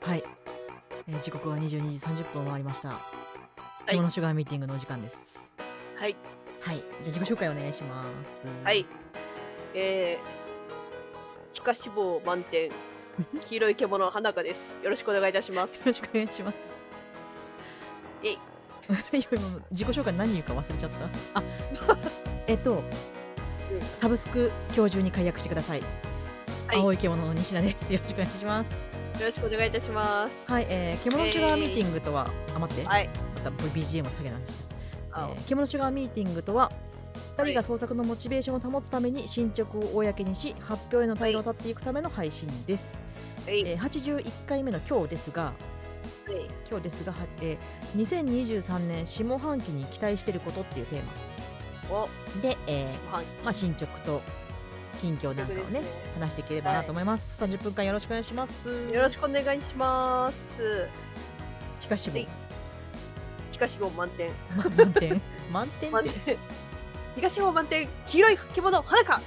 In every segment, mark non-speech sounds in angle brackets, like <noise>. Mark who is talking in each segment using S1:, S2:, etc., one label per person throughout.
S1: はい、えー時刻は22時30分を回りました。
S2: い
S1: 今日のシュガーミーティングのお時間です。
S2: はい。
S1: はい、じゃあ自己紹介お願いします。
S2: はい。。えー、皮下脂肪満点、黄色い獣の花香です。よろしくお願いいたしま
S1: よ
S2: す
S1: ろ。しくお願いします。
S2: えい
S1: <laughs> いや今自己紹介何言うか忘れちゃ
S2: <laughs>
S1: った。あ、えっと、サブスク今日中に解約してください。
S2: はい
S1: 青い獣の西田です。よろしくお願いします。
S2: よろしくお願いいたします。
S1: はい、えー、獣シュガーミーティングとは、あ、待って、ま
S2: はい。
S1: た BGM を下げなくちゃ
S2: あ
S1: えー、獣シュガーミーティングとは2
S2: はい
S1: 人が創作のモチベーションを保つために進捗を公にし発表への対応を立っていくための配信です、
S2: えい
S1: えー、81回目の今日ですが
S2: えい
S1: 今日ですが、はえー、2023年下半期に期待していることっていうテーマ
S2: お、
S1: で、え
S2: 自
S1: ー
S2: 販
S1: まあ、進捗と近況なんかを
S2: 進捗
S1: ね
S2: ですね
S1: 話していければなと思います、30分間よろしくお願いします
S2: 機よろしくお願いします。
S1: しかしも
S2: はい皮下脂肪満点。
S1: ま満
S2: <laughs>
S1: 点満点
S2: 満
S1: で
S2: 点。東方満点、黄色い獣の花香。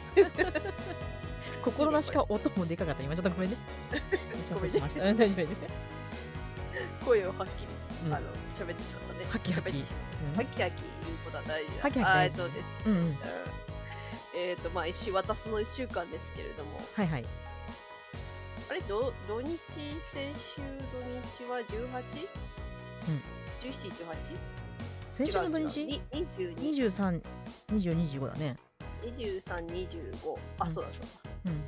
S1: 心なしか音もでかかった今ちょっと
S2: <laughs>
S1: ごめんね
S2: ごめんね
S1: しましたうん <laughs> 大丈夫大丈夫
S2: 声をはっきり、
S1: うん
S2: あの、喋ってしまったね。
S1: はきはき
S2: 喋ってしまったはきはき言うことは大事
S1: は
S2: だ。
S1: きはき
S2: は
S1: 大
S2: い、
S1: 事
S2: そうです。
S1: うんうん
S2: えっ、と、まあ、一週、私の一週間ですけれども、
S1: はいはい
S2: あれ、ど土日、先週土日は 18?、17、18?
S1: 先週の土
S2: 違
S1: 日
S2: う違うに ?22、
S1: 23、2025だね。
S2: 23、25。あ、
S1: うん
S2: そうだそうだ。
S1: うん。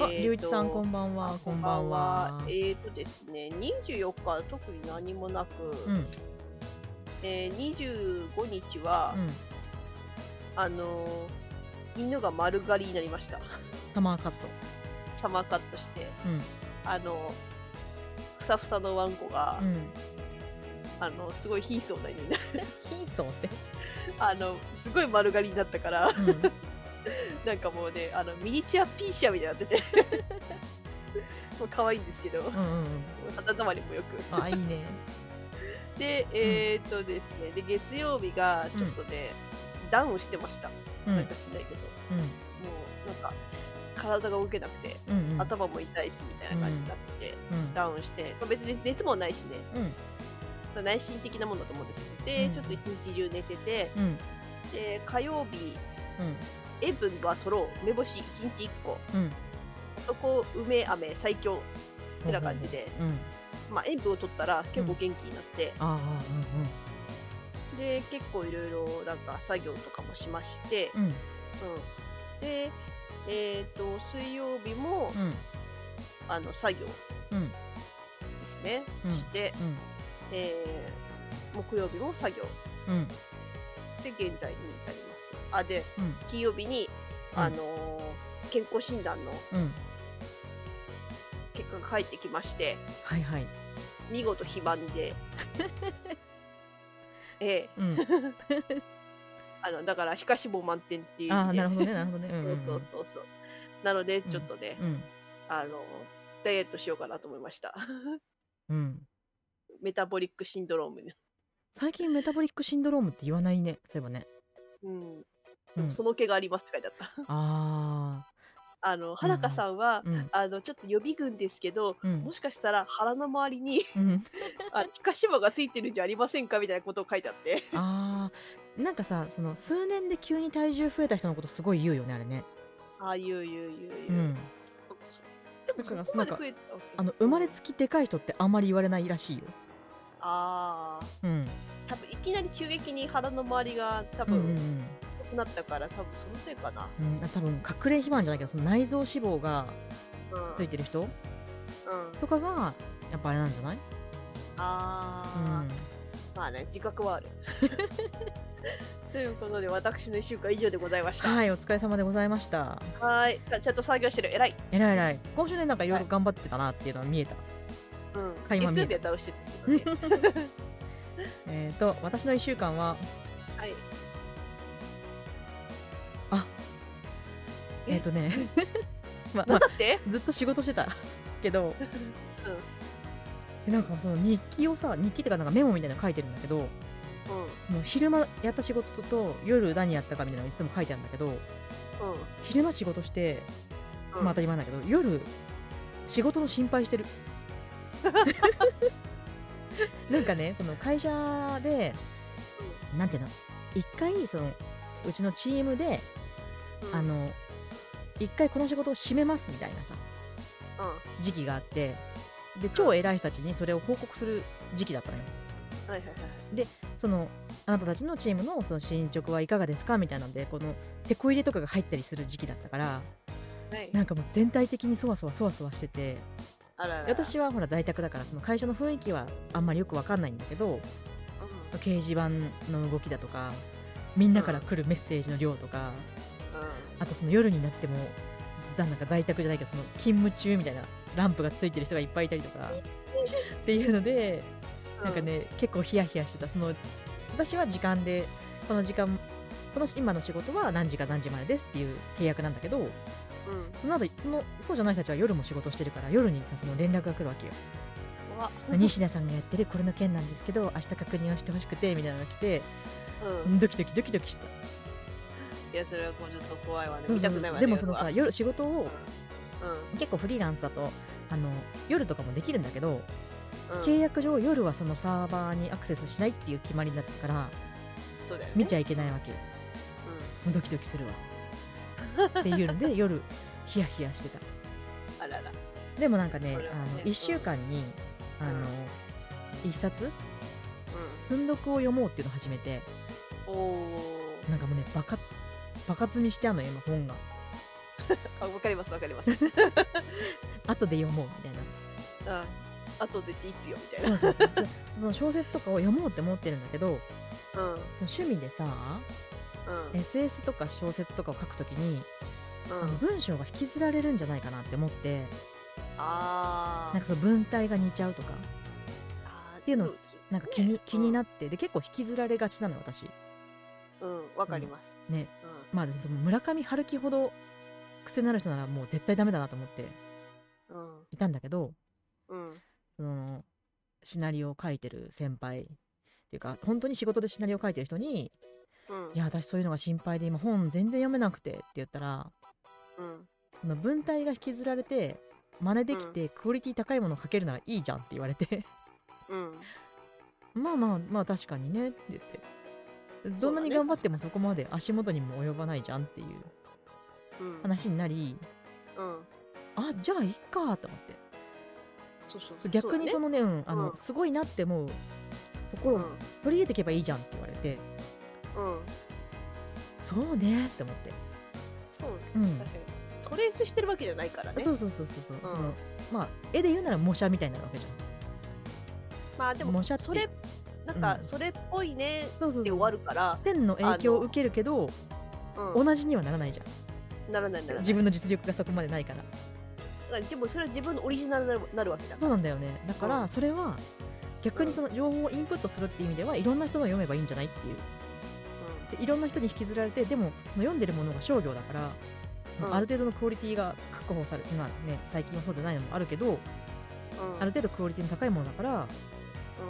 S1: あ、
S2: えーと
S1: 龍一さんこんばんは。こんばんは。
S2: えっ、とですね、24日は特に何もなく、
S1: うんうん。
S2: えー、25日は、あのー犬が丸刈りになりました。
S1: サマーカット。
S2: サマーカットして、
S1: うん
S2: あのふさふさのワンコが、
S1: うん。
S2: あのすごい貧相な犬にな <laughs> る
S1: ヒントって。
S2: あのすごい丸刈りになったから <laughs>
S1: うん。
S2: なんかもうねあのミニチュアピーシャみたいになって <laughs> てもう可愛いんですけど
S1: うんうんうん。
S2: 肌触りもよく
S1: あ、いいね。
S2: でえー、っとですねで月曜日がちょっとね、ダウンしてました
S1: うん
S2: なんかしないけど、もうなんか体が動けなくて
S1: うんうんうん。
S2: 頭も痛いしみたいな感じになってて、
S1: うん
S2: ダウンして、まあ別に熱もないしね
S1: うん
S2: 内心的なものだと思うんですよで、
S1: うん
S2: ちょっと一日中寝てて
S1: うん
S2: で火曜日
S1: うん
S2: 塩分は取ろう梅干し1日1個
S1: うん。
S2: 男梅飴最強てな感じで、
S1: うん。
S2: まあ、塩分を取ったら結構元気になって、
S1: ああ
S2: で結構いろいろなんか作業とかもしまして、
S1: うんうん
S2: うんでえっ、と水曜日も、
S1: うん
S2: あの作業で
S1: うんうん
S2: すね、
S1: うん
S2: して、えー木曜日も作業
S1: うんうん
S2: で現在に至りますあで
S1: うん
S2: 金曜日に、
S1: うん
S2: あのー健康診断の
S1: うん。
S2: 結果が返ってきまして
S1: はいはい。
S2: 見事肥満で <laughs> ええ <laughs>
S1: うん。
S2: あのだから皮下脂肪満点っていう意
S1: ああ、
S2: 味で
S1: なるほどね、なるほどね。うんうんうん
S2: <laughs> そうそうそうそうなのでちょっとね、
S1: うん
S2: あのダイエットしようかなと思いました <laughs>
S1: うん。
S2: メタボリックシンドロームね、
S1: 最近メタボリックシンドロームって言わないね。そういえばね。
S2: うん、
S1: う
S2: で
S1: ん
S2: もその毛がありますって書いてあった <laughs>
S1: あ
S2: あの花香さんは
S1: あ、、うん、
S2: あのちょっと予備軍ですけど
S1: うん
S2: も、しかしたら腹の周りに <laughs>
S1: うん、
S2: あ皮下脂肪がついてるんじゃありませんかみたいなことを書いてあって <laughs>
S1: あーなんかさその数年で急に体重増えた人のことすごい言うよねあれね、
S2: ああいういういういうう、
S1: ん、
S2: でもそこまで増えたわけ
S1: あの生まれつきでかい人ってあんまり言われないらしいよ、
S2: ああ
S1: うん、
S2: 多分いきなり急激に腹の周りが多
S1: うんうん
S2: 分太くなったから、多分そのせいかな。
S1: うん、うん、多分隠れ肥満じゃないけどその内臓脂肪が
S2: うん。
S1: ついてる人
S2: うん、
S1: とかがやっぱあれなんじゃない、う
S2: あ
S1: ん、
S2: ー、まあね、 <laughs> 自覚はある。ということで、私の1週間以上でございました。
S1: はいお疲れ様でございました
S2: はーい。ちゃんちゃんと作業してる。偉い。
S1: えらいえらい今週ねなんかいろいろ頑張ってたなっていうのは見えた、
S2: うん。
S1: 垣間
S2: 月
S1: 見え
S2: 曜日
S1: た
S2: は倒してたけどね。
S1: えっ、と私の1週間は
S2: はい。え
S1: えっ、とねまあ <laughs> ま
S2: な
S1: あ
S2: んだって
S1: ずっと仕事してた <laughs> けど、なんかその日記をさ日記っていうかなんかメモみたいなの書いてるんだけど
S2: うん。
S1: もう昼間やった仕事と夜何やったかみたいなのいつも書いてあるんだけど昼間仕事して、
S2: うん。
S1: まあ当たり前だけど夜仕事の心配
S2: <laughs>
S1: してるなんかねその会社でなんていうの一回そのうちのチームで
S2: うん
S1: あ、の一回この仕事を締めますみたいなさ
S2: う
S1: 時期があってで超偉い人たちにそれを報告する時期だったのよ
S2: ん。はいはいはい。
S1: そのあなたたちのチームのその進捗はいかがですかみたいなのでこの手こ入れとかが入ったりする時期だったから
S2: はい、
S1: なんかもう全体的にそわそわそわそわしてて
S2: あららら
S1: 私はほら在宅だからその会社の雰囲気はあんまりよくわかんないんだけど
S2: う
S1: 掲示板の動きだとかみんなから来るメッセージの量とか
S2: んうん
S1: あとその夜になってもなんか在宅じゃないけどその勤務中みたいなランプがついてる人がいっぱいいたりとかっていうのでなんか、ね、結構ヒヤヒヤしてたその私は時間でこの時間この今の仕事は何時から何時までですっていう契約なんだけど
S2: うんうん
S1: その後そのそうじゃない人たちは夜も仕事してるから夜にさその連絡が来るわけよ
S2: うわ
S1: 西田さんがやってるこれの件なんですけど明日確認をしてほしくてみたいなのが来て
S2: うん、
S1: ドキドキドキドキした
S2: いやそれはもうちょっと怖いわね見たくないわね
S1: でもそのさ
S2: 夜
S1: 夜仕事を
S2: は
S1: 結構フリーランスだとあの夜とかもできるんだけど、
S2: うんうん
S1: 契約上夜はそのサーバーにアクセスしないっていう決まりになってるから
S2: そうだよね
S1: 見ちゃいけないわけよドキドキするわっていうの
S2: <laughs>
S1: で夜ヒヤヒヤしてた
S2: うん、あらら
S1: でもなんかね
S2: それはね
S1: あの
S2: うん
S1: 1週間に、あの1冊
S2: う
S1: 寸読を読もうっていうのを始めて
S2: んおー
S1: なんかもうねバカバカ積みしてあんのよ今本が
S2: あわかりますわかります、うん、
S1: 後で読もうみたいな
S2: 後でっていつよみたい
S1: そうそう
S2: <laughs>
S1: そうその小説とかを読もうって思ってるんだけど
S2: なうんうん
S1: 趣味でさ SS とか小説とかを書くときに、
S2: う
S1: あの
S2: ん
S1: 文章が引きずられるんじゃないかなって思って
S2: あ
S1: なんかその文体が似ちゃうとか
S2: って
S1: いうのをなんか気に,、気にな
S2: っ
S1: ってで結構引きずられがちなの私
S2: うんうんわ、かります、
S1: ね
S2: うん
S1: まあでもその村上春樹ほど癖のある人ならもう絶対ダメだなと思って
S2: うん
S1: いたんだけど
S2: うん
S1: そのシナリオを書いてる先輩っていうか本当に仕事でシナリオを書いてる人に
S2: うん
S1: 「いや私そういうのが心配で今本全然読めなくて」って言ったら
S2: うん
S1: その文体が引きずられて真似できてクオリティ高いものを書けるならいいじゃんって言われて <laughs>
S2: うん
S1: まあまあまあ確かにねって言って。どんなに頑張ってもそこまで足元にも及ばないじゃんっていう
S2: うん
S1: 話になり
S2: うん
S1: あじゃあいっかと思って
S2: そうそう
S1: そう逆にそ
S2: の
S1: のねうんあの、
S2: うん
S1: すごいなって思うところを取り入れていけばいいじゃんって言われて、
S2: うん、うん、
S1: そうねって思って、
S2: そうね
S1: うん
S2: 確かにトレースしてるわけじゃないからね
S1: そうそうそうそうそう、
S2: うん
S1: そのまあ絵で言うなら模写みたいになるわけじゃん
S2: まあで
S1: 模
S2: も
S1: 写って
S2: それなんか
S1: うん
S2: それっぽいね
S1: そうそう
S2: で
S1: そう
S2: 終わるから、
S1: 線の影響を受けるけど
S2: うん、
S1: 同じにはならないじゃ
S2: ならないなら
S1: ん
S2: ない
S1: 自分の実力がそこまでないから
S2: でもそれは自分のオリジナルになるなるわけだ
S1: そうなんだよねだか
S2: う
S1: ら
S2: ん
S1: それは逆にその情報をインプットするっていう意味ではいろんな人が読めばいいんじゃないっていうでいろんな人に引きずられてでもその読んでるものが商業だから、
S2: うん
S1: ある程度のクオリティが確保されて、まあね、最近はそうじゃないのもあるけど
S2: うんうん
S1: ある程度クオリティの高いものだから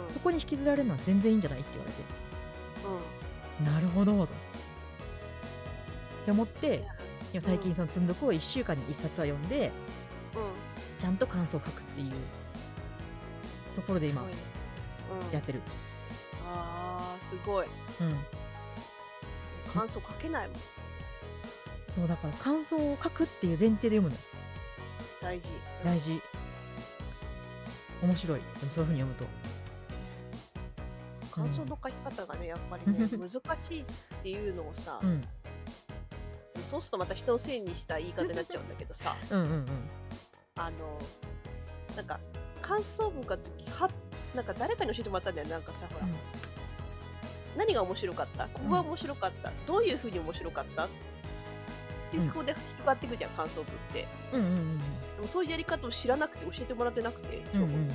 S2: うん
S1: そこに引きずられるのは全然いいんじゃないって言われて
S2: うん
S1: なるほどとって思っていや最近その積んどくを1週間に1冊は読んで
S2: うん
S1: ちゃんと感想を書くっていうところで今
S2: すごいねうん
S1: やってる、
S2: あーすごい
S1: うん、
S2: 感想書けないもん
S1: そうだから感想を書くっていう前提で読むの
S2: 大事
S1: 大事面白いでもそういうふうに読むと
S2: 感想の書き方がねやっぱりね難しいっていうのをさ、
S1: うん
S2: そうするとまた人のせいにした言い方になっちゃうんだけどさ
S1: うん <laughs> うん
S2: あのなんか感想文書くときはなんか誰かに教えてもらったんだよなんかさほら、
S1: うん
S2: 何が面白かったここが面白かった、どういうふうに面白かったで
S1: うん
S2: そこで広がっていくじゃん、感想文って
S1: うんうんうん
S2: でもそういうやり方を知らなくて教えてもらってなくて、
S1: うんうんうん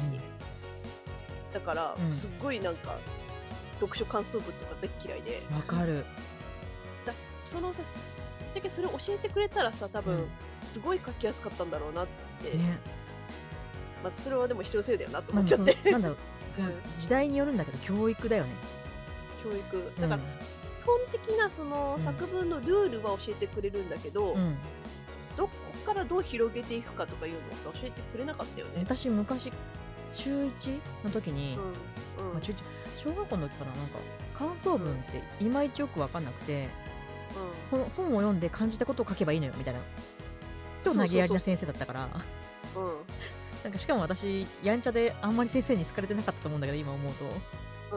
S2: 小学校の時だから、
S1: うん
S2: すっごいなんか読書感想文とか大っ嫌いで
S1: うんわかる
S2: そのさぶっちゃけそれを教えてくれたらさ多分、
S1: うん
S2: すごい書きやすかったんだろうなって、
S1: ね
S2: まあ、それはでも人のせいだよなと
S1: ま
S2: 思
S1: あ
S2: <laughs> っちゃって、
S1: そのなんだろうその時代によるんだけど教育だよね
S2: 教育
S1: うん
S2: だから、基本的なその
S1: うん
S2: 作文のルールは教えてくれるんだけど、
S1: うん、
S2: どこからどう広げていくかとかいうのを教えてくれなかったよね。
S1: 私昔中1の時に、
S2: うんうん
S1: まあ、中1小学校の時かななんか感想文っていまいちよく分かんなくて、
S2: う
S1: 本本を読んで感じたことを書けばいいのよみたいな超投げやりな先生だったから <laughs>
S2: んうん
S1: なんかしかも私やんちゃであんまり先生に好かれてなかったと思うんだけど今思う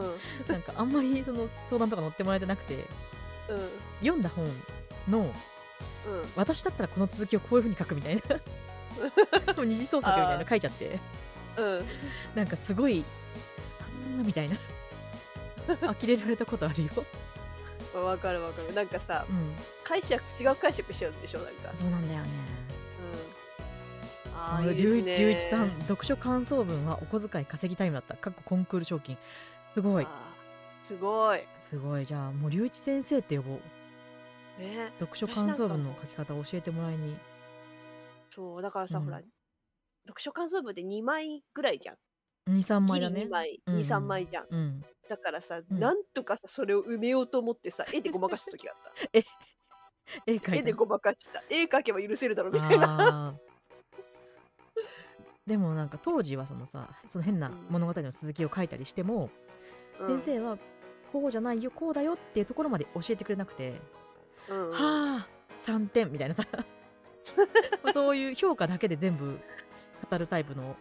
S2: <laughs> うん
S1: となんかあんまりその相談とか乗ってもらえてなくて
S2: うん
S1: 読んだ本の
S2: うん
S1: 私だったらこの続きをこういう風に書くみ
S2: <laughs>
S1: たいなでも二次創作みたいなの書いちゃって
S2: うん
S1: なんかすごいあんなみ <laughs> たいな呆れられたことあるよ、
S2: まあわかるわかるなんかさ
S1: うん、
S2: 解釈違う解釈しちゃうんでしょなんか、
S1: そうなんだよね
S2: うん、
S1: あ
S2: あ
S1: の
S2: あいいですね
S1: 龍一さん読書感想文はお小遣い稼ぎタイムだったかっこコンクール賞金すごい
S2: あーすごい
S1: すごいじゃあもう龍一先生って呼ぼう
S2: ね
S1: 読書感想文の書き方を教えてもらいに
S2: そうだからさ、
S1: うん
S2: ほら読書感想文って2枚ぐらいじゃん
S1: 23枚
S2: ギリ
S1: だね
S2: 2枚、
S1: うんうん
S2: 二三23枚じゃん
S1: うん
S2: だからさ、
S1: うん
S2: なんとかさそれを埋めようと思ってさ絵でごまかした時が
S1: <laughs>
S2: あっ
S1: 絵描いた
S2: た絵でごまかした絵描けば許せるだろうみたい
S1: あ
S2: な
S1: ーでもなんか当時はそのさその変な
S2: うん
S1: 物語の続きを書いたりしても、
S2: うん
S1: 先生はこうじゃないよこうだよっていうところまで教えてくれなくて、
S2: うんうん
S1: はあ3点みたいな <laughs> さまあそういう評価だけで全部語るタイプの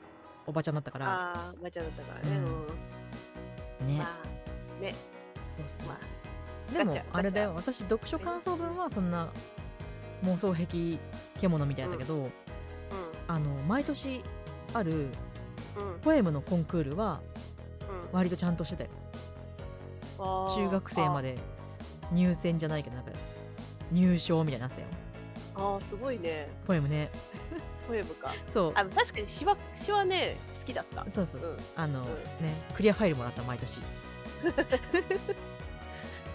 S1: おばちゃんだったから
S2: あーおばちゃんだったからね、
S1: う
S2: うん
S1: ね
S2: んまあね
S1: そうそう
S2: まあ
S1: でも
S2: ガチャ
S1: あれだよ私読書感想文はそんな妄想癖獣みたいだけど、あの毎年ある
S2: うんうん
S1: ポエムのコンクールは
S2: うん
S1: 割とちゃんとしてたよ
S2: あー
S1: 中学生まで入選じゃないけどなんか入賞みたいになってたよ
S2: あーあーすごいね
S1: ポエムね
S2: ポエムか
S1: そう
S2: あの確かにしわしわね好きだった
S1: そうそううんあの、
S2: うん
S1: ねクリアファイルもらった毎年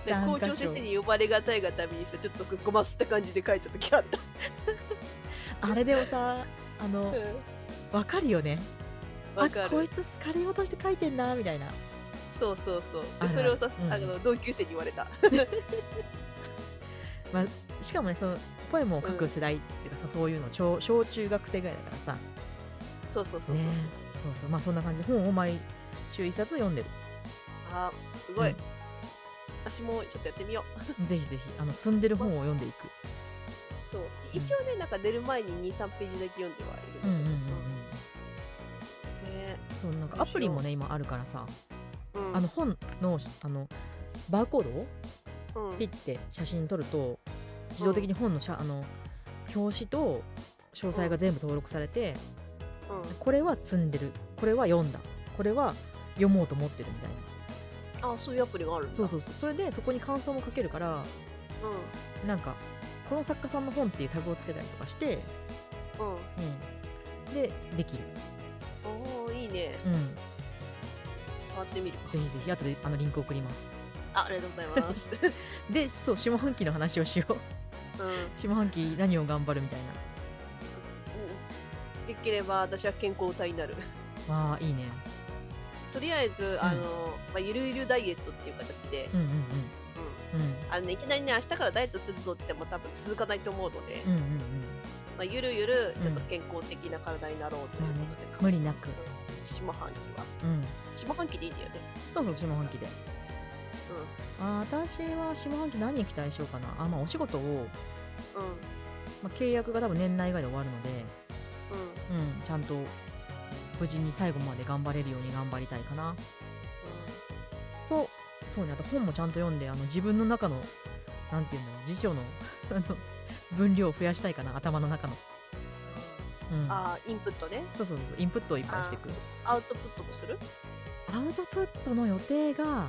S2: で
S1: なん
S2: 校
S1: か
S2: 長先生に呼ばれがたいがためにさちょっとごますった感じで書いた時あった
S1: あれでもさあのわかるよね
S2: わ
S1: あ
S2: か
S1: こ
S2: る
S1: いつ好かれようとして書いてんなみたいな
S2: そうそうそう
S1: あるある
S2: でそれをさ、
S1: うん
S2: あの同級生に言われた <laughs>
S1: しかもねそのポエムを書く世代っていうかさ、そういうの小小中学生ぐらいだからさ
S2: そうそうそうそうそう、
S1: ねそうそうまあそんな感じで本を毎週一冊読んでる
S2: あーすごい、
S1: うん
S2: 私もちょっとやってみよう
S1: ぜひぜひあの積んでる本を読んでいく
S2: そう一応ねなんか寝る前に23ページだけ読んではいるんだ
S1: う
S2: けど
S1: んうんうんうん
S2: ね
S1: そうなんかアプリもね今あるからさ
S2: うん
S1: あの本のあのバーコードを
S2: うん
S1: ピッて写真撮ると自動的に本の写あの表紙と詳細が全部登録されて
S2: うん
S1: これは積んでるこれは読んだこれは読もうと思ってるみたいな
S2: あそういうアプリがあるんだ
S1: そうそうそうそれでそこに感想も書けるから
S2: う
S1: なんかこの作家さんの本っていうタグをつけたりとかして、
S2: んうん
S1: うん、でできる、
S2: おーいいね
S1: うん、ぜ
S2: 触ってみる
S1: ひぜひ後であのリンク送ります
S2: あありがとうござい
S1: <laughs>
S2: ます、
S1: でそう下半期の話をしよう <laughs>
S2: うん
S1: 下半期何を頑張るみたい
S2: うんできれば私は健康体になる <laughs>
S1: なまあいいね
S2: とりあえず、あのまあ、ゆるゆるダイエットっていう形で、
S1: うんうん
S2: うん
S1: うん
S2: あのねいきなりね明日からダイエットするぞって言っても多分続かないと思うので、
S1: うんうんうんうん
S2: まあ、ゆるゆる
S1: うん
S2: ちょっと健康的な体になろうということで、
S1: 無理なく
S2: 下半期は
S1: うん
S2: 下半期でいいんだよね、
S1: そうそう下半期であー私は下半期何に期待しようかなあまあお仕事を、
S2: うんうん
S1: まあ、契約が多分年内以外で終わるので
S2: うんうん
S1: うんちゃんと無事に最後まで頑張れるように頑張りたいかなとそうねあと本もちゃんと読んであの自分の中のなんていうんだろう辞書の <laughs> あの分量を増やしたいかな頭の中の、うん、
S2: あーインプットね
S1: そうそうそうインプットをいっぱいしていく
S2: アウトプットもする
S1: アウトプットの予定が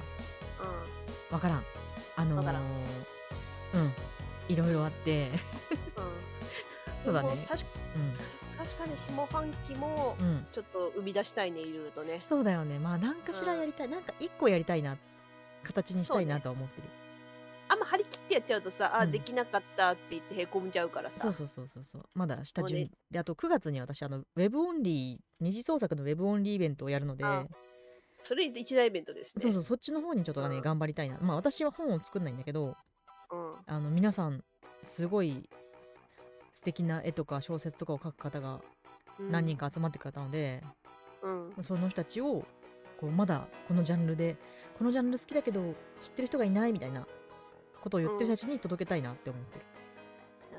S2: う
S1: わからんあのー
S2: わからん
S1: うんいろいろあって、 <laughs>
S2: ん、うん、
S1: そうだね
S2: でも確か確かに下半期も
S1: うんうん、
S2: ちょっと生み出したいねいろいろとね
S1: そうだよねまあ何かしらやりたい、なんか一個やりたいな形にしたい
S2: そう
S1: な
S2: ね
S1: とは思ってる
S2: あんま張り切ってやっちゃうとさ、あ
S1: うん
S2: できなかったって言ってへこんじゃうからさ
S1: そう,、そうそうそうそうまだ下準
S2: もう
S1: 備
S2: ね
S1: であと9月に私あのウェブオンリー二次創作のウェブオンリーイベントをやるので
S2: あそれ一大イベントですね。
S1: そうそうそっちの方にちょっとね、
S2: うん
S1: 頑張りたいなまあ私は本を作んないんだけど
S2: うん
S1: あの皆さんすごい素敵な絵とか小説とかを書く方が
S2: うん
S1: 何人か集まってくれたので、
S2: うん
S1: その人たちをこうまだこのジャンルでこのジャンル好きだけど知ってる人がいないみたいなことを言ってる人たちに届けたいなって思ってる、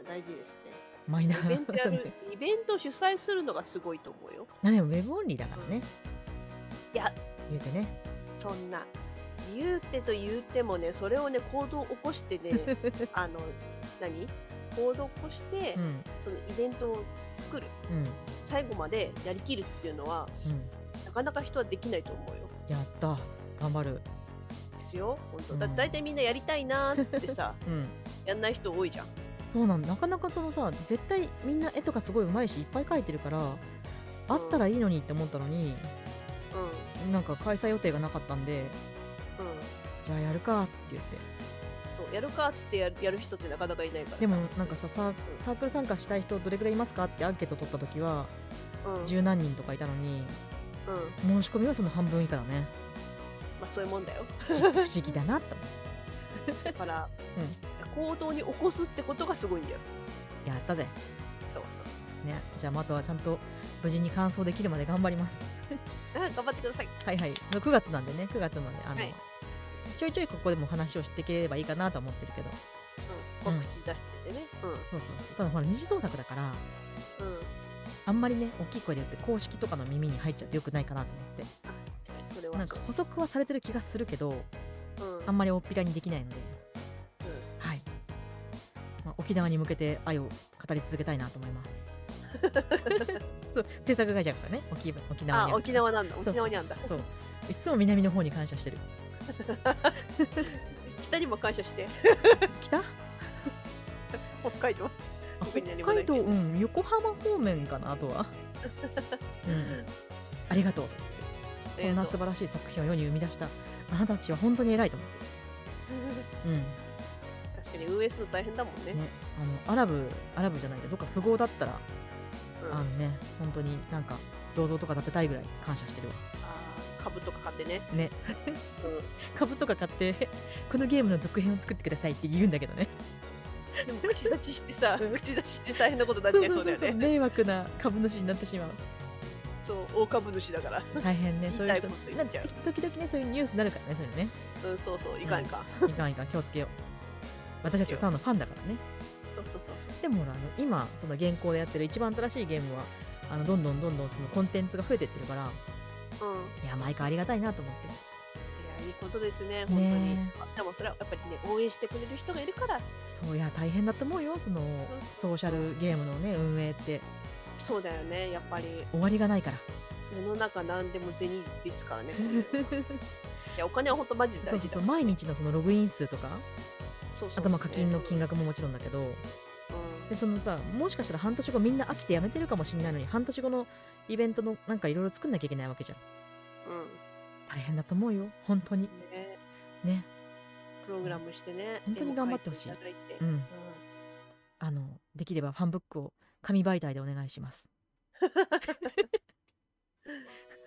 S2: 大事ですね。
S1: <laughs> マイナ
S2: イベン
S1: ー
S2: ト
S1: だっ
S2: や
S1: たん
S2: る
S1: で
S2: イベントを主催するのがすごいと思うよ。
S1: まあでもウェブオンリーだからね
S2: いや
S1: 言うてね
S2: そんな言うてと言うてもねそれをね行動を起こし
S1: <laughs>
S2: てねあの何行動を起こして、
S1: うん
S2: そのイベントを作る
S1: うん
S2: 最後までやりきるっていうのは、
S1: うん
S2: なかなか人はできないと思うよ。
S1: やった頑張る
S2: ですよ本当
S1: う
S2: だ
S1: ん
S2: 大体みんなやりたいなーっつってさ
S1: うん
S2: やんない人多いじゃん。
S1: そうなんだなかなかそのさ絶対みんな絵とかすごい上手いしいっぱい描いてるからあったらいいのにって思ったのに
S2: うんうん
S1: なんか開催予定がなかったんでじゃあやるかって言って
S2: そうやるかっつってやるやる人ってなかなかいないからさ。
S1: でもなんかさサーサークル参加したい人どれくらいいますかってアンケート取った時は
S2: うん、うん
S1: 十何人とかいたのに申し込みはその半分以下だ
S2: <laughs>
S1: ね
S2: まあそういうもんだよ。
S1: 不思不思議だなと
S2: だから、行動に起こすってことがすごいんだよ。
S1: やったぜ
S2: そう
S1: ねじゃあまたはちゃんと無事に完走できるまで頑張ります
S2: そう。あ頑張ってください。
S1: はいはい9月なんでね9月まであの、
S2: はい
S1: ちょいちょいここでも話をしていければいいかなとは思ってるけど
S2: う
S1: うん
S2: ん、告知出しててね。
S1: そうそうそうただほら二次創作だから
S2: うん、うん。
S1: あんまりね大きい声で言って公式とかの耳に入っちゃってよくないかなと思って
S2: それは
S1: なんか補
S2: そうです
S1: 足はされてる気がするけど
S2: うん、
S1: あんまり大っぴらにできないので、はい、まあ、沖縄に向けて愛を語り続けたいなと思います
S2: <laughs>
S1: そう制作会社だからね沖沖縄に
S2: あ
S1: ある
S2: 沖縄なんだ
S1: うそう
S2: 沖縄にあんだ
S1: そういつも南の方に感謝してる
S2: 北にも感謝して
S1: 北
S2: 北海道
S1: あ
S2: 特
S1: 北
S2: に何もない
S1: 海
S2: けど
S1: 道、うん、横浜方面かなあとは、うん、ありがとうこんな素晴らしい作品を世に生み出したあなたたちは本当に偉いと思う、うんね、
S2: 確かに運営するの大変だもんね
S1: あのアラブアラブじゃないけどどっか富豪だったら、
S2: うん、
S1: あの
S2: あ
S1: ね本当になんか銅像とか建てたいぐらい感謝してるわ
S2: ー株とか買ってね
S1: ね
S2: う
S1: 株とか買って <laughs> このゲームの続編を作ってくださいって言うんだけどね
S2: んでも口出ししてさ
S1: うん
S2: 口出しして大変なことになっちゃいそうだ
S1: <laughs>
S2: よね
S1: 迷惑な株主になってしまう
S2: そう大株主だ
S1: <laughs>
S2: から
S1: 大変ねそういう
S2: 言いたいこと言っちゃう
S1: 時々ねそういうニュースになるからねそういうのね
S2: うんそうそういかんいかん
S1: いかんいかん気をつけよう私たちはただのファンだからね
S2: そうそうそう
S1: でもほらあの今その現行でやってる一番新しいゲームはあのどんどんどんどんそのコンテンツが増えてってるから
S2: そううん
S1: いや毎回ありがたいなと思って
S2: いやいいことですね本当に
S1: ね
S2: あでもそれはやっぱりね応援してくれる人がいるから
S1: そういや大変だと思うよそのソーシャルゲームのね運営って
S2: そうだよねやっぱり
S1: 終わりがないから
S2: 世の中何でも銭です
S1: <laughs>
S2: からねこういうのはいやお金は本当マジで
S1: そうそ
S2: 大
S1: う
S2: 事
S1: そ
S2: だ
S1: う毎日のそのログイン数とか
S2: そうそう
S1: あとまあ課金の金
S2: 額、
S1: 額ももちろんだけど
S2: うん
S1: でそのさもしかしたら半年後みんな飽きてやめてるかもしれないのに半年後のイベントのなんかいろいろ作んなきゃいけないわけじゃん
S2: うん
S1: 大変だと思うよ本当に
S2: ね、
S1: ね
S2: プログラムしてね
S1: 本当に頑張ってほしい
S2: 絵も描てただ
S1: う
S2: てうん
S1: んあのできればファンブックを紙媒体でお願いします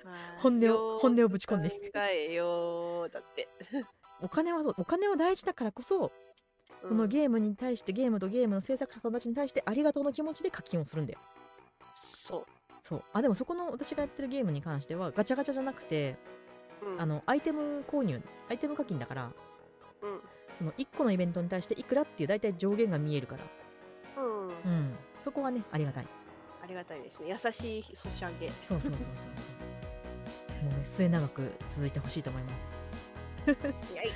S2: まあ
S1: 本音を
S2: よー
S1: 本音をぶち込んでいく
S2: 考えようだって、
S1: お金はそうお金は大事だからこそ、
S2: うん
S1: このゲームに対してゲームとゲームの制作者さんたちに対してありがとうの気持ちで課金をするんだよ
S2: そ
S1: そうあでもそこの私がやってるゲームに関してはガチャガチャじゃなくて、
S2: う、うん
S1: あ、のアイテム購入アイテム課金だから
S2: うん
S1: その1個のイベントに対していくらっていう大体上限が見えるから
S2: うん
S1: うんそこはねありがたい
S2: ありがたいですね優しいソシャゲ
S1: そうそうそうそうそう <laughs> もうね末永く続いてほしいと思います
S2: いやい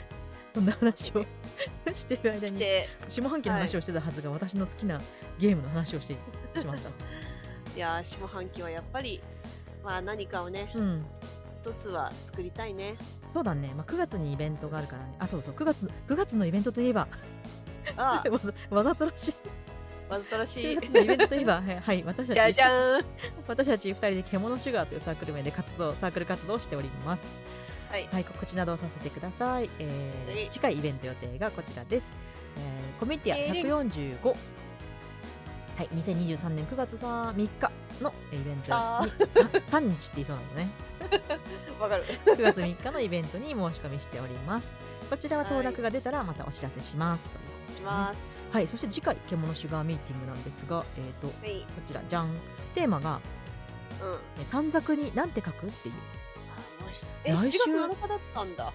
S1: そんな話を <laughs> している間
S2: し
S1: に
S2: て
S1: 下半期の話をしてたはずが、私の好きなゲームの話をしてしまった
S2: <laughs> いやー下半期はやっぱりまあ何かをね
S1: うん
S2: 一つは作りたい
S1: <laughs>
S2: ね
S1: そうだね、まあ、9月にイベントがあるからねあそうそう9月9月のイベントといえば
S2: あ
S1: <laughs> わざわざとらしい
S2: あわざとらし
S1: <laughs>
S2: い
S1: 9月のイベントといえばはいはい私た
S2: じゃ
S1: ち
S2: じゃーん
S1: 私たち2人で獣シュガーというサークル名で活動サークル活動をしております
S2: はい
S1: はい、告知などをさせてください、えー
S2: はい
S1: 次回イベント予定がこちらです、えーコミティア145はい、2023年9月さ3日のイベント
S2: あ
S1: に3日って言いそうなんですね
S2: わかる。
S1: 9月3日のイベントに申し込みしておりますこちらは当落が出たらまたお知らせします
S2: します。
S1: はいそして次回「獣シュガーミーティング」なんですがえっ、とこ
S2: はい。うん。
S1: ちらじゃんテーマが
S2: あ
S1: え「短冊に何て書く?」っていう
S2: ましたえ、7
S1: 来
S2: 月
S1: 週
S2: 7日だったんだ。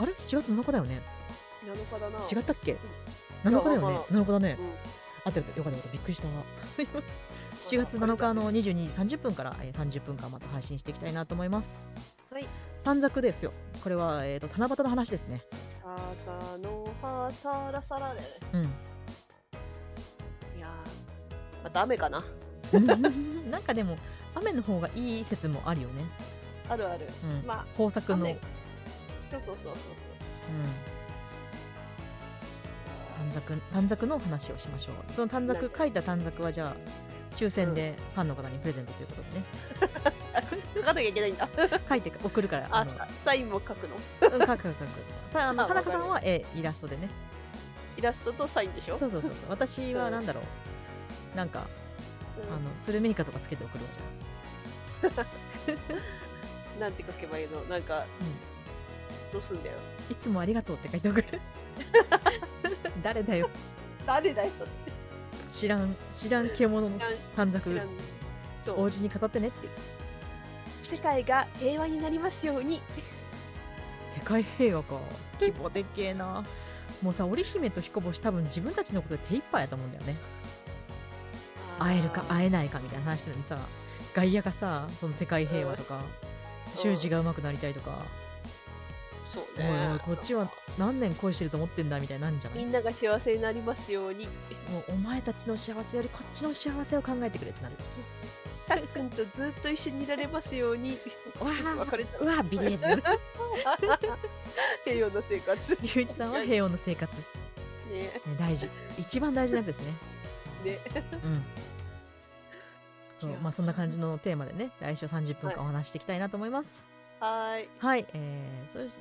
S1: あれ7月7日だよね
S2: 7日だな。
S1: 違ったっけ
S2: うん
S1: 7日だよ
S2: い
S1: ね
S2: やわ
S1: 7日だね
S2: うん。
S1: 合ってるよかったよかったびっくり
S2: <laughs>
S1: したわ7月7日の22時30分からえー30分間また配信していきたいなと思います
S2: はい
S1: 短冊ですよこれは、えー、と七夕の話ですね
S2: ささの葉さらさらだよね。
S1: うん
S2: いやー、また雨かな。
S1: うんなんかでも雨の方がいい説もあるよね、
S2: あるある。
S1: うん
S2: まあ、
S1: 豊作の、う
S2: 雨
S1: ん、
S2: そうそうそうそう
S1: 短冊短冊の話をしましょうその短冊書いた短冊はじゃあ抽選でファンの方にプレゼントということ
S2: <laughs>
S1: でね、
S2: そう。書かなきゃいけないんだ。
S1: 書いて送るから
S2: あ、
S1: の
S2: さサインも書くの。
S1: うん書く書く書くさああの
S2: あ
S1: 田中さん
S2: わ
S1: は、えーイラストでね
S2: イラストとサインでしょ。
S1: そうそうそうそう私は
S2: うん
S1: なんだろうなんか
S2: うん
S1: あのスルメイカとかつけて送るわじゃ
S2: なんて書けばいいのなんか、
S1: ん、
S2: どうすんだよ。
S1: うん、いつもありがとうって書いて
S2: <laughs>
S1: 送る誰だよ
S2: 誰だよ。
S1: 知らん知らん獣の
S2: 知らん
S1: 短
S2: 知
S1: 冊
S2: らんそ
S1: 王
S2: う
S1: 子に語ってねっていう
S2: 世界が平和になりますように。
S1: 世界平和か希望でっけえなもうさ織姫と彦星多分自分たちのことで手一杯やと思うんだよね会えるか
S2: え
S1: 会えないかみたいな話なのにさ外野がさその世界平和とか
S2: うん
S1: 習字がうまくなりたいとか
S2: そう
S1: おいお
S2: ね
S1: い。こっちは何年恋してると思ってんだみたいになんじゃない
S2: みんなが幸せになりますように。
S1: もうお前たちの幸せよりこっちの幸せを考えてくれってなる
S2: たっくんとずっと一緒にいられますよ
S1: <laughs>
S2: うに。
S1: わ
S2: すぐ別れた
S1: あうわビリエなる
S2: 平和な生活。ね
S1: 龍一さんは平穏な生活、ね、大事一番大事なやつですね
S2: ね。
S1: うんそう
S2: いや
S1: まあそんな感じのテーマでね来週30分間お話していきたいなと思います
S2: はーい。
S1: はい、えー、そうし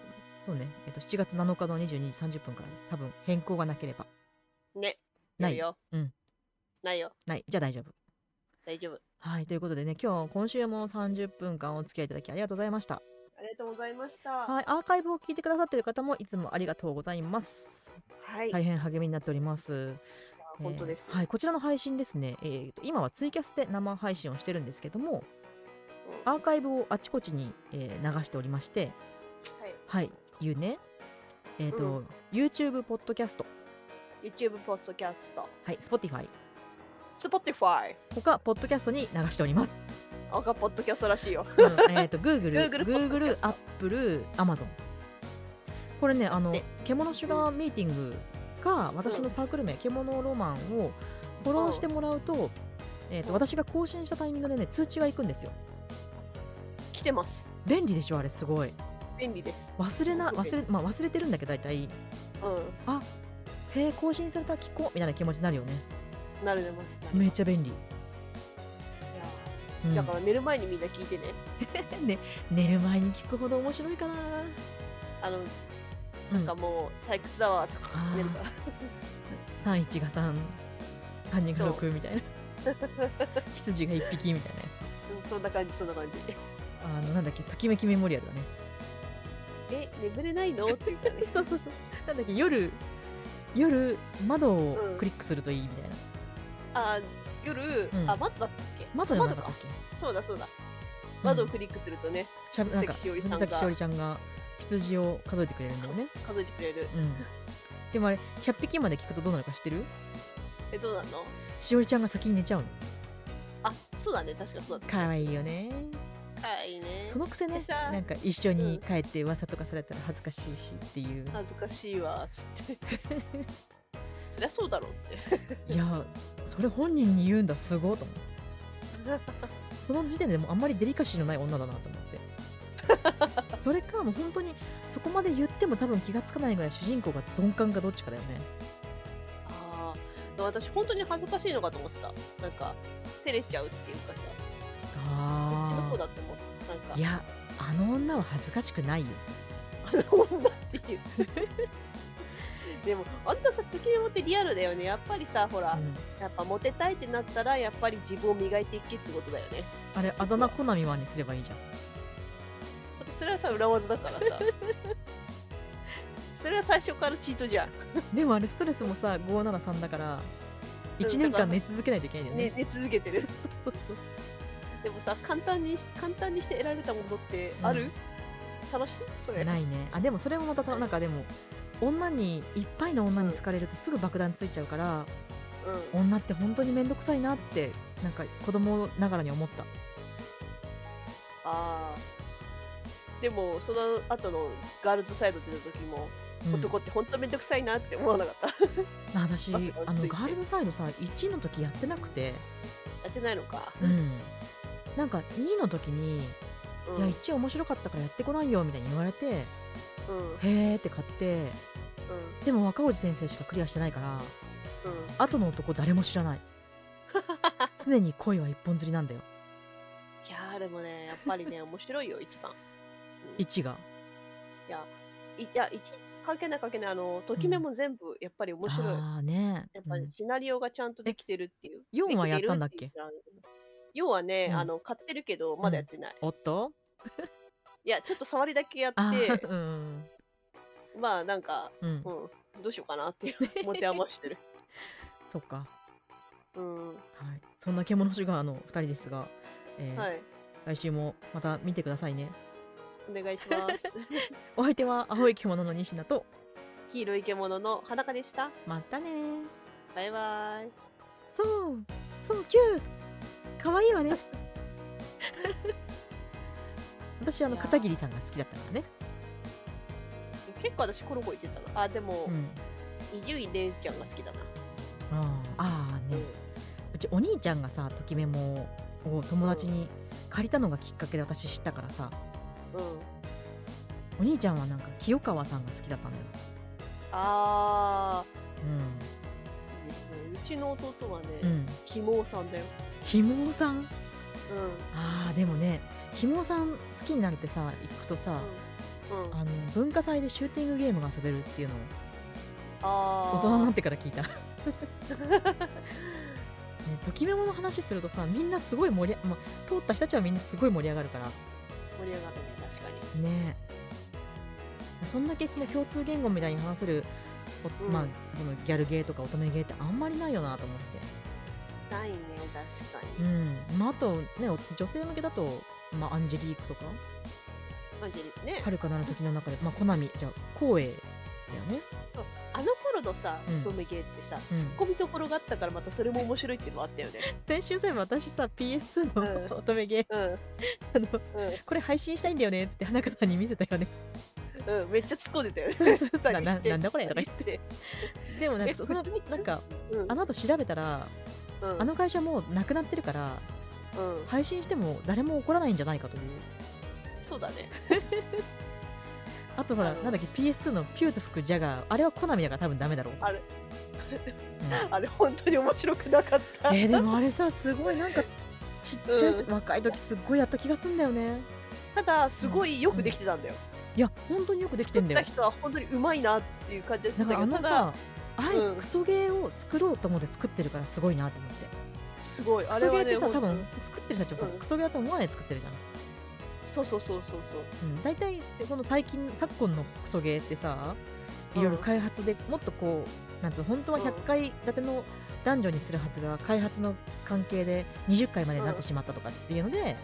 S1: そうね、えっと、7月7日の22時30分からです多分変更がなければ
S2: ね。
S1: な
S2: ないいよ。
S1: うん。
S2: ないよ。
S1: ないじゃあ大丈夫
S2: 大丈夫。
S1: はいということでね今日今週も30分間お付き合いいただきありがとうございました
S2: ありがとうございました。は
S1: はいアーカイブを聞いてくださっている方もいつもありがとうございます
S2: い。
S1: 大変励みになっております
S2: 本当です
S1: えー。はい、こちらの配信ですね、えーと今はツイキャスで生配信をしてるんですけども、
S2: うん
S1: アーカイブをあちこちに、えー流しておりまして、
S2: はい。
S1: はい、言うね、えーと
S2: う
S1: YouTube、ポッドキャスト、
S2: YouTube ポストキャスト。
S1: はい、Spotify、
S2: Spotify。
S1: 他、ポッドキャストに流しております。
S2: あがポッドキャストらしいよ。
S1: うん <laughs> えーと Google、
S2: Google ポッドキャ
S1: Google
S2: ス、ト
S1: Apple、Amazon。これね、あの
S2: で、
S1: 獣シュガーミーティングが、私のサークル名、獣ロマンをフォローしてもらうと、えーと
S2: うん
S1: 私が更新したタイミングでね、通知が行くんですよ。
S2: 来てます。
S1: 便利でしょあれすごい
S2: 便利です。
S1: 忘れな
S2: すごく
S1: 忘れ,、まあ、忘れてるんだけど大体
S2: う
S1: へえ更新されたら聞こうみたいな気持ちになるよね
S2: ん。なるでます。なる
S1: めっちゃ便利、
S2: いや
S1: うん
S2: ーだから寝る前にみんな聞いてね。
S1: ね、寝る前に聞くほど面白いかな
S2: あの、
S1: な
S2: なんかもう退屈だわとか
S1: あー
S2: 寝るから。
S1: 31が3 3 2が6みたい
S2: <laughs>
S1: な羊が1匹みたいなや
S2: うん <laughs> そんな感じ、そんな感じ。
S1: つあのなんだっけときめきメモリアルだね
S2: え、眠れないのっていう
S1: <laughs>
S2: かね。
S1: そうそうそうなんだっけ夜夜窓をクリックするといいみたいな、
S2: あー、夜、
S1: ん
S2: あ、窓だったっけ
S1: 窓じゃなかったっけ
S2: けそうだそうだ。
S1: うん
S2: 窓をクリックするとね、
S1: しゃべなんか
S2: 関しおりさんが
S1: 水崎しおりちゃんが羊を数えてくれるんだよね
S2: 数えてくれる。
S1: うん、でもあれ100匹まで聞くとどうなるか知ってる
S2: え、どうなの
S1: しおりちゃんが先に寝ちゃうの
S2: あ、そうだね。確かそうだっ
S1: かわいいよね
S2: た。かわいいね
S1: そ。のくせね
S2: でさ
S1: なんか一緒
S2: う
S1: に
S2: ん
S1: 帰って噂とかされたら恥ずかしいしっていう、
S2: 恥ずかしいわ、つって。そりゃそうだろうって。
S1: いやそれ本人に言うんだすごいと思うその時点でもうあんまりデリカシーのない女だなと思ってそれかもう本当にそこまで言っても多分気がつかないぐらい主人公が鈍感かどっちかだよね
S2: ああ、私本当に恥ずかしいのかと思ってた。なんか、照れちゃうっていうかさ、そっちの
S1: あ
S2: 方だって思った。なんか
S1: ーい、やあの女は恥ずかしくないよ
S2: あの女っていう。 <laughs> でもあんたさ時計持ってリアルだよねやっぱりさほら、
S1: うん
S2: やっぱモテたいってなったらやっぱり自分を磨いていけってことだよね
S1: あれあだ名コナミマンにすればいいじゃん
S2: それはさ裏技
S1: <laughs>
S2: だからさそれは最初からチートじゃん
S1: でもあれストレスもさ573だから
S2: うん
S1: 1年間寝続けないといけないんだよ
S2: 寝
S1: ね
S2: 寝続けてるでもさ簡単にし簡単にして得られたものってある、
S1: うん
S2: 楽しいそれ
S1: ないねあでもそれもまたなんかでも女にいっぱいの女に好かれるとすぐ爆弾ついちゃうから
S2: うん、
S1: 女って本当に面倒くさいなってなんか子供ながらに思った
S2: あーでもその後のガールズサイド出た時も、
S1: うん
S2: 男って本当めんどくさいなって思わなかった
S1: <laughs> まあ私あの
S2: 爆弾
S1: ガ
S2: ついて
S1: ールズサイドさ1の時やってなくて、
S2: やってないのか、
S1: うん、なんか2の時に「
S2: うん
S1: いや1面白かったからやってこないよ」みたいに言われて「へ
S2: うんうん
S1: え」って買ってでも若氏先生しかクリアしてないから
S2: うん
S1: 後の男誰も知ら
S2: <laughs>
S1: ない常に恋は一本釣りなんだよ
S2: いやーでもね、やっぱりね、面白いよ、一番。うん
S1: 1が
S2: いや、いいや、一関係ない関係ない、あの、ときめも全部、やっぱり面白い。
S1: ああね、
S2: やっぱり
S1: うん
S2: シナリオがちゃんとできてるっていう。
S1: 4はやったんだっ
S2: でき
S1: け
S2: てるていう要はね、
S1: うん
S2: あの、買ってるけど、まだやってない。
S1: おっと
S2: いや、ちょっと触りだけやっ
S1: あ
S2: て、
S1: ーうん
S2: まあ、なんか、
S1: うん
S2: う、ん、どうしようか
S1: <laughs>
S2: なっていう、持て余してる。
S1: そっか、
S2: うん。
S1: はい、そんな獣シュガーの2人ですが、えー
S2: はい。
S1: 来週もまた見てくださいね
S2: お願い
S1: <laughs>
S2: します。
S1: お相手は青い獣の西名と
S2: 黄色い獣の裸でした。
S1: またねー
S2: バイバイ。
S1: そうそうキュート可愛いわね <laughs> 私あの
S2: いやー
S1: 片桐さんが好きだったからね、
S2: 結構私、コロコ言ってたの。あ、でも
S1: う、ん、
S2: 伊集院玲ちゃんが好きだな。
S1: あーあーね、
S2: うん
S1: うちお兄ちゃんがさときメモを友達に借りたのがきっかけで私知ったからさ
S2: うん、
S1: お兄ちゃんはなんか清川さんが好きだったんだよ、
S2: あーいいですねうちの弟はね、
S1: うんうん
S2: キモさんだよ、
S1: ひもさん
S2: うん
S1: あーでもねひもさん好きになるってさ行くとさ、
S2: うんうん、
S1: あの文化祭でシューティングゲームが遊べるっていうのを
S2: あー
S1: 大人になってから聞いたねときメモの話するとさみんなすごい盛り上、まあ、通った人たちはみんなすごい盛り上がるから
S2: 盛り上がるね確かに
S1: ねえそんだけその共通言語みたいに話せる、お
S2: うん
S1: まあそのギャルゲーとか乙女ゲーってあんまりないよなと思って、
S2: ないね確か
S1: う
S2: に、
S1: んまあ、あとねお女性向けだと、まあ、アンジェリークとか
S2: マジでね
S1: はるかなる時の中で、まあ、コナミじゃあ光栄だよね
S2: あの頃のさ
S1: うん
S2: 乙女芸ってさ、
S1: うん
S2: ツッコミどころがあったからまたそれも面白いっていうのもあったよね
S1: 先週そういえば私さ PS
S2: う
S1: の乙女ゲー
S2: うん
S1: あの
S2: う
S1: これ配信したいんだよねっつって花子さんに見せたよね
S2: んうんめっちゃ突っ込んでたよね二人して
S1: <laughs> なななんだこれとか言
S2: 二人
S1: っ
S2: してて
S1: でもなん
S2: え
S1: かその
S2: 普通に
S1: なんか
S2: うん
S1: あの後調べたら
S2: うん
S1: あの会社もうなくなってるから
S2: うん
S1: 配信しても誰も怒らないんじゃないかという
S2: そうだね
S1: あとほら、
S2: あの
S1: なんだっけ、PS2 のピュート吹くジャガー、あれはコナミだから多分ダメだろう。
S2: あれ
S1: うん
S2: あれ本当に面白くなかった、
S1: えーでもあれさ、すごいなんか、ちっちゃい、
S2: うん
S1: 若い時すっごいやった気がすんだよね。
S2: ただすごいよくできてたんだよ、
S1: いや、本当によくできてんだよ
S2: 作っ。た人は本当にうまいなっていう感じがす
S1: な
S2: る
S1: ん
S2: んだ
S1: か
S2: け
S1: あ
S2: ど、
S1: の
S2: ただ
S1: さ、あれ、
S2: うん
S1: クソゲーを作ろうと思って作ってるからすごいなと思って。
S2: すごいあ
S1: ク
S2: れ
S1: ソゲー
S2: は
S1: ってさ、
S2: ね
S1: 多
S2: 本当に
S1: 分作ってる人たちはさ
S2: うん
S1: クソゲーだと思わないで作ってるじゃん。
S2: そうそうそうそうそう
S1: うん、大体その最近昨今のクソゲーってさいろいろ開発でもっとこうなんていうの本当は100回建てのダンジョンにするはずが開発の関係で20回までになってしまったとかっていうので、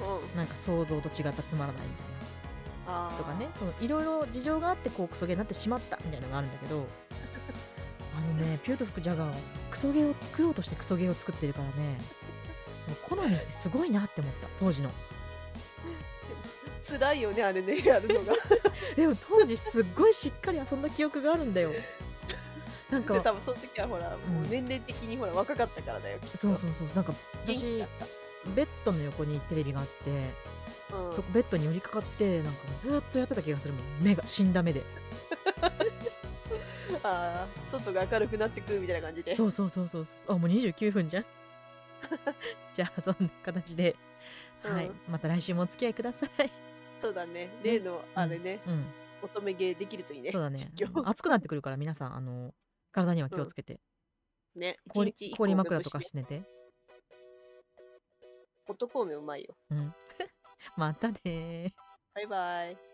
S2: うん
S1: なんか想像と違ったつまらないみたい
S2: あー
S1: なとかねそのいろいろ事情があってこうクソゲーになってしまったみたいなのがあるんだけ
S2: <laughs>
S1: どあのねピュートフクジャガーはクソゲーを作ろうとしてクソゲーを作ってるからねもうコナミってすごいなって思った当時の。
S2: 辛いよねあれね <laughs> やるのが
S1: でも当時すっごいしっかり遊んだ記憶があるんだよなんか
S2: で多分その時はほら、
S1: ん
S2: もう年齢的にほら若かったからだよきっと
S1: そうそうそうなんか
S2: 元気
S1: 私
S2: だった
S1: ベッドの横にテレビがあって、
S2: うん
S1: そこベッドに寄りかかってなんかずっとやってた気がするもん目が死んだ目で
S2: あー外が明るくなってくるみたいな感じで
S1: そうそうそうそうそうあもう29分
S2: <laughs>
S1: じゃんじゃあそんな形で、はい
S2: うん
S1: また来週もお付き合いください
S2: そうだね例のあれね、
S1: うん、
S2: 乙女芸できるといいね。
S1: そうだね
S2: 実況
S1: 暑くなってくるから皆さんあの体には気をつけて、
S2: ね。
S1: 氷
S2: 一日一個
S1: 氷枕とか
S2: 梅干し
S1: して寝て、
S2: ね男梅うまいよ。
S1: うん、またねー
S2: バイバイ。